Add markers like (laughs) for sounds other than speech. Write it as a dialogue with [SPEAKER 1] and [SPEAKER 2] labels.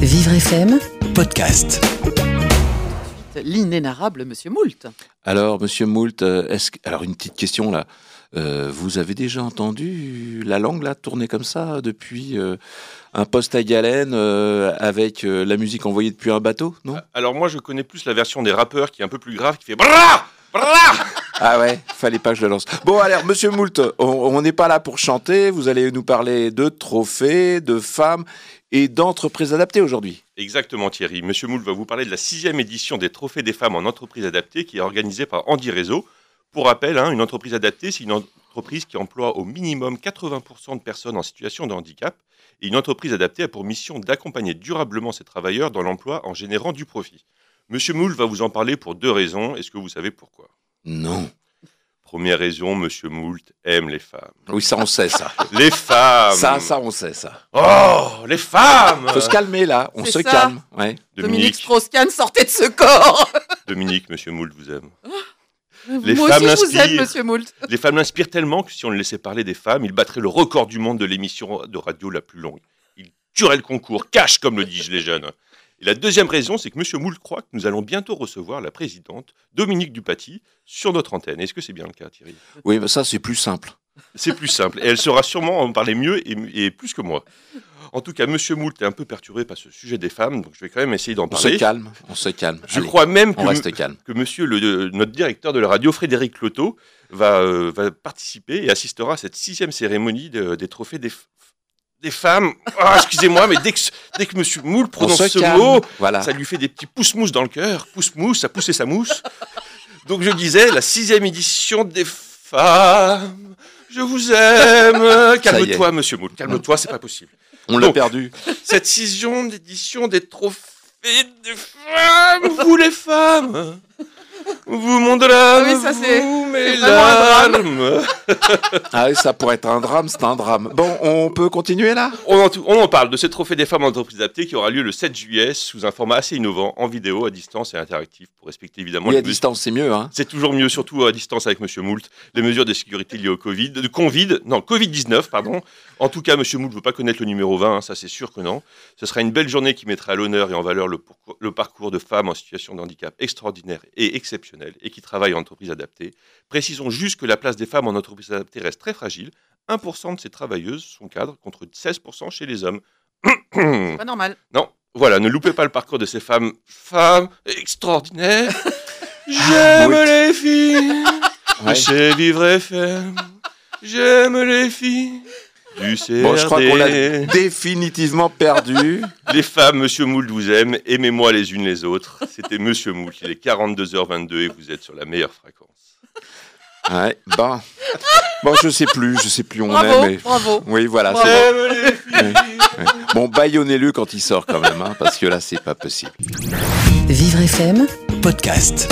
[SPEAKER 1] Vivre FM,
[SPEAKER 2] podcast.
[SPEAKER 3] l'inénarrable Monsieur Moult.
[SPEAKER 2] Alors, Monsieur Moult, euh, est-ce que- alors une petite question là. Euh, vous avez déjà entendu la langue là tourner comme ça depuis euh, un poste à galène euh, avec euh, la musique envoyée depuis un bateau, non
[SPEAKER 4] Alors moi je connais plus la version des rappeurs qui est un peu plus grave qui fait brrrr, brrrr
[SPEAKER 2] Ah ouais, fallait pas que je le lance. Bon, alors, monsieur Moult, on- on n'est pas là pour chanter. Vous allez nous parler de trophées, de femmes et d'entreprises adaptées aujourd'hui.
[SPEAKER 4] Exactement Thierry, Monsieur Moule va vous parler de la sixième édition des Trophées des femmes en entreprise adaptée qui est organisée par Andy Réseau. Pour rappel, hein, une entreprise adaptée, c'est une entreprise qui emploie au minimum 80% de personnes en situation de handicap. Et une entreprise adaptée a pour mission d'accompagner durablement ses travailleurs dans l'emploi en générant du profit. Monsieur Moule va vous en parler pour deux raisons. Est-ce que vous savez pourquoi
[SPEAKER 2] Non.
[SPEAKER 4] Première raison, Monsieur Moult aime les femmes.
[SPEAKER 2] Oui, ça, on sait ça.
[SPEAKER 4] Les
[SPEAKER 2] (laughs)
[SPEAKER 4] femmes
[SPEAKER 2] ça, ça, on sait ça.
[SPEAKER 4] Oh, les femmes
[SPEAKER 2] Faut se calmer là. On
[SPEAKER 3] C'est
[SPEAKER 2] se
[SPEAKER 3] ça.
[SPEAKER 2] calme. Ouais.
[SPEAKER 3] Dominique
[SPEAKER 4] Dominique,
[SPEAKER 3] Strauss-Kahn sortait de ce corps.
[SPEAKER 4] Dominique, Monsieur Moult vous aime.
[SPEAKER 3] Les Moi
[SPEAKER 4] femmes
[SPEAKER 3] aussi, je vous aime,
[SPEAKER 4] l'inspirent.
[SPEAKER 3] Monsieur Moult.
[SPEAKER 4] Les femmes l'inspirent tellement que si on le laissait parler des femmes, il battrait le record du monde de l'émission de radio la plus longue. Il tuerait le concours, cash, comme le disent les jeunes. Et la deuxième raison, c'est que Monsieur Moult croit que nous allons bientôt recevoir la présidente Dominique Dupati sur notre antenne. Est-ce que c'est bien le cas, Thierry
[SPEAKER 2] Oui, mais ça, c'est plus simple.
[SPEAKER 4] C'est plus simple. Et elle saura sûrement en parler mieux et, et plus que moi. En tout cas, Monsieur Moult est un peu perturbé par ce sujet des femmes, donc je vais quand même essayer d'en
[SPEAKER 2] On se
[SPEAKER 4] parler.
[SPEAKER 2] calme. On se calme.
[SPEAKER 4] Je
[SPEAKER 2] Allez,
[SPEAKER 4] crois même que
[SPEAKER 2] On reste calme.
[SPEAKER 4] que monsieur, le, euh, notre directeur de la radio, Frédéric Loto, va, euh, va participer et assistera à cette sixième cérémonie de- des trophées des, f- des femmes. Ah, excusez-moi, mais dès que, dès que monsieur Moule
[SPEAKER 2] On
[SPEAKER 4] prononce
[SPEAKER 2] se
[SPEAKER 4] ce
[SPEAKER 2] calme. Ah.
[SPEAKER 4] mot,
[SPEAKER 2] Voilà.
[SPEAKER 4] ça lui fait des petits pousse-mousses dans le cœur. Pousse-mousse, ça poussait sa mousse. Donc je disais, la sixième édition des femmes. Je vous aime. Calme-toi, monsieur Moule.
[SPEAKER 2] Hein.
[SPEAKER 4] Calme-toi, c'est pas possible
[SPEAKER 2] On l'a
[SPEAKER 4] Donc.
[SPEAKER 2] perdu.
[SPEAKER 4] cette sixième édition des trophées des femmes, vous les femmes, vous mon drame,
[SPEAKER 3] Ah oui, ça, c'est-
[SPEAKER 4] vous mes
[SPEAKER 3] vraiment un
[SPEAKER 4] larmes.
[SPEAKER 2] Ah, oui, ça pourrait être un drame. C'est un drame. Bon, on peut continuer là
[SPEAKER 4] On en, on en parle de ces trophées des femmes en entreprise adaptée qui aura lieu le 7 juillet sous un format assez innovant, en vidéo, à distance et interactif, pour respecter évidemment
[SPEAKER 2] Oui,
[SPEAKER 4] les
[SPEAKER 2] à
[SPEAKER 4] mesures-
[SPEAKER 2] distance, c'est mieux. Hein.
[SPEAKER 4] C'est toujours mieux, surtout à distance avec Monsieur Moult, les mesures de sécurité liées au Covid, de Covid, non, Covid-19, pardon. En tout cas, Monsieur Moult ne veut pas connaître le numéro 20, hein, ça c'est sûr que non. Ce sera une belle journée qui mettra à l'honneur et en valeur le, pourco- le parcours de femmes en situation de handicap extraordinaire et exceptionnel et qui travaillent en entreprise adaptée. Précisons juste que la place des femmes en entreprise adaptée reste très fragile. 1% de ces travailleuses sont cadres contre 16% chez les hommes. (clears throat)
[SPEAKER 3] Pas normal.
[SPEAKER 4] Non, voilà, ne loupez pas le parcours de ces femmes, femmes
[SPEAKER 2] (laughs)
[SPEAKER 4] extraordinaires. J'aime
[SPEAKER 2] Moult.
[SPEAKER 4] les filles
[SPEAKER 2] Ah, (laughs) Ouais.
[SPEAKER 4] de chez Vivre FM. J'aime les filles du CRD.
[SPEAKER 2] Bon, je crois qu'on l'a définitivement perdu.
[SPEAKER 4] Les femmes, Monsieur Moult vous aime. Aimez-moi les unes les autres. C'était Monsieur Moult. Il est 42h22 et vous êtes sur la meilleure fréquence.
[SPEAKER 2] Ouais, bon. Bon, je sais plus, je sais plus où on
[SPEAKER 3] Bravo,
[SPEAKER 2] est, mais...
[SPEAKER 3] bravo.
[SPEAKER 2] Oui, voilà, c'est bon.
[SPEAKER 4] J'aime les filles.
[SPEAKER 2] Bon, baillonnez-le quand il sort quand même, hein, parce que là, c'est pas possible.
[SPEAKER 1] Vivre FM.
[SPEAKER 2] Podcast.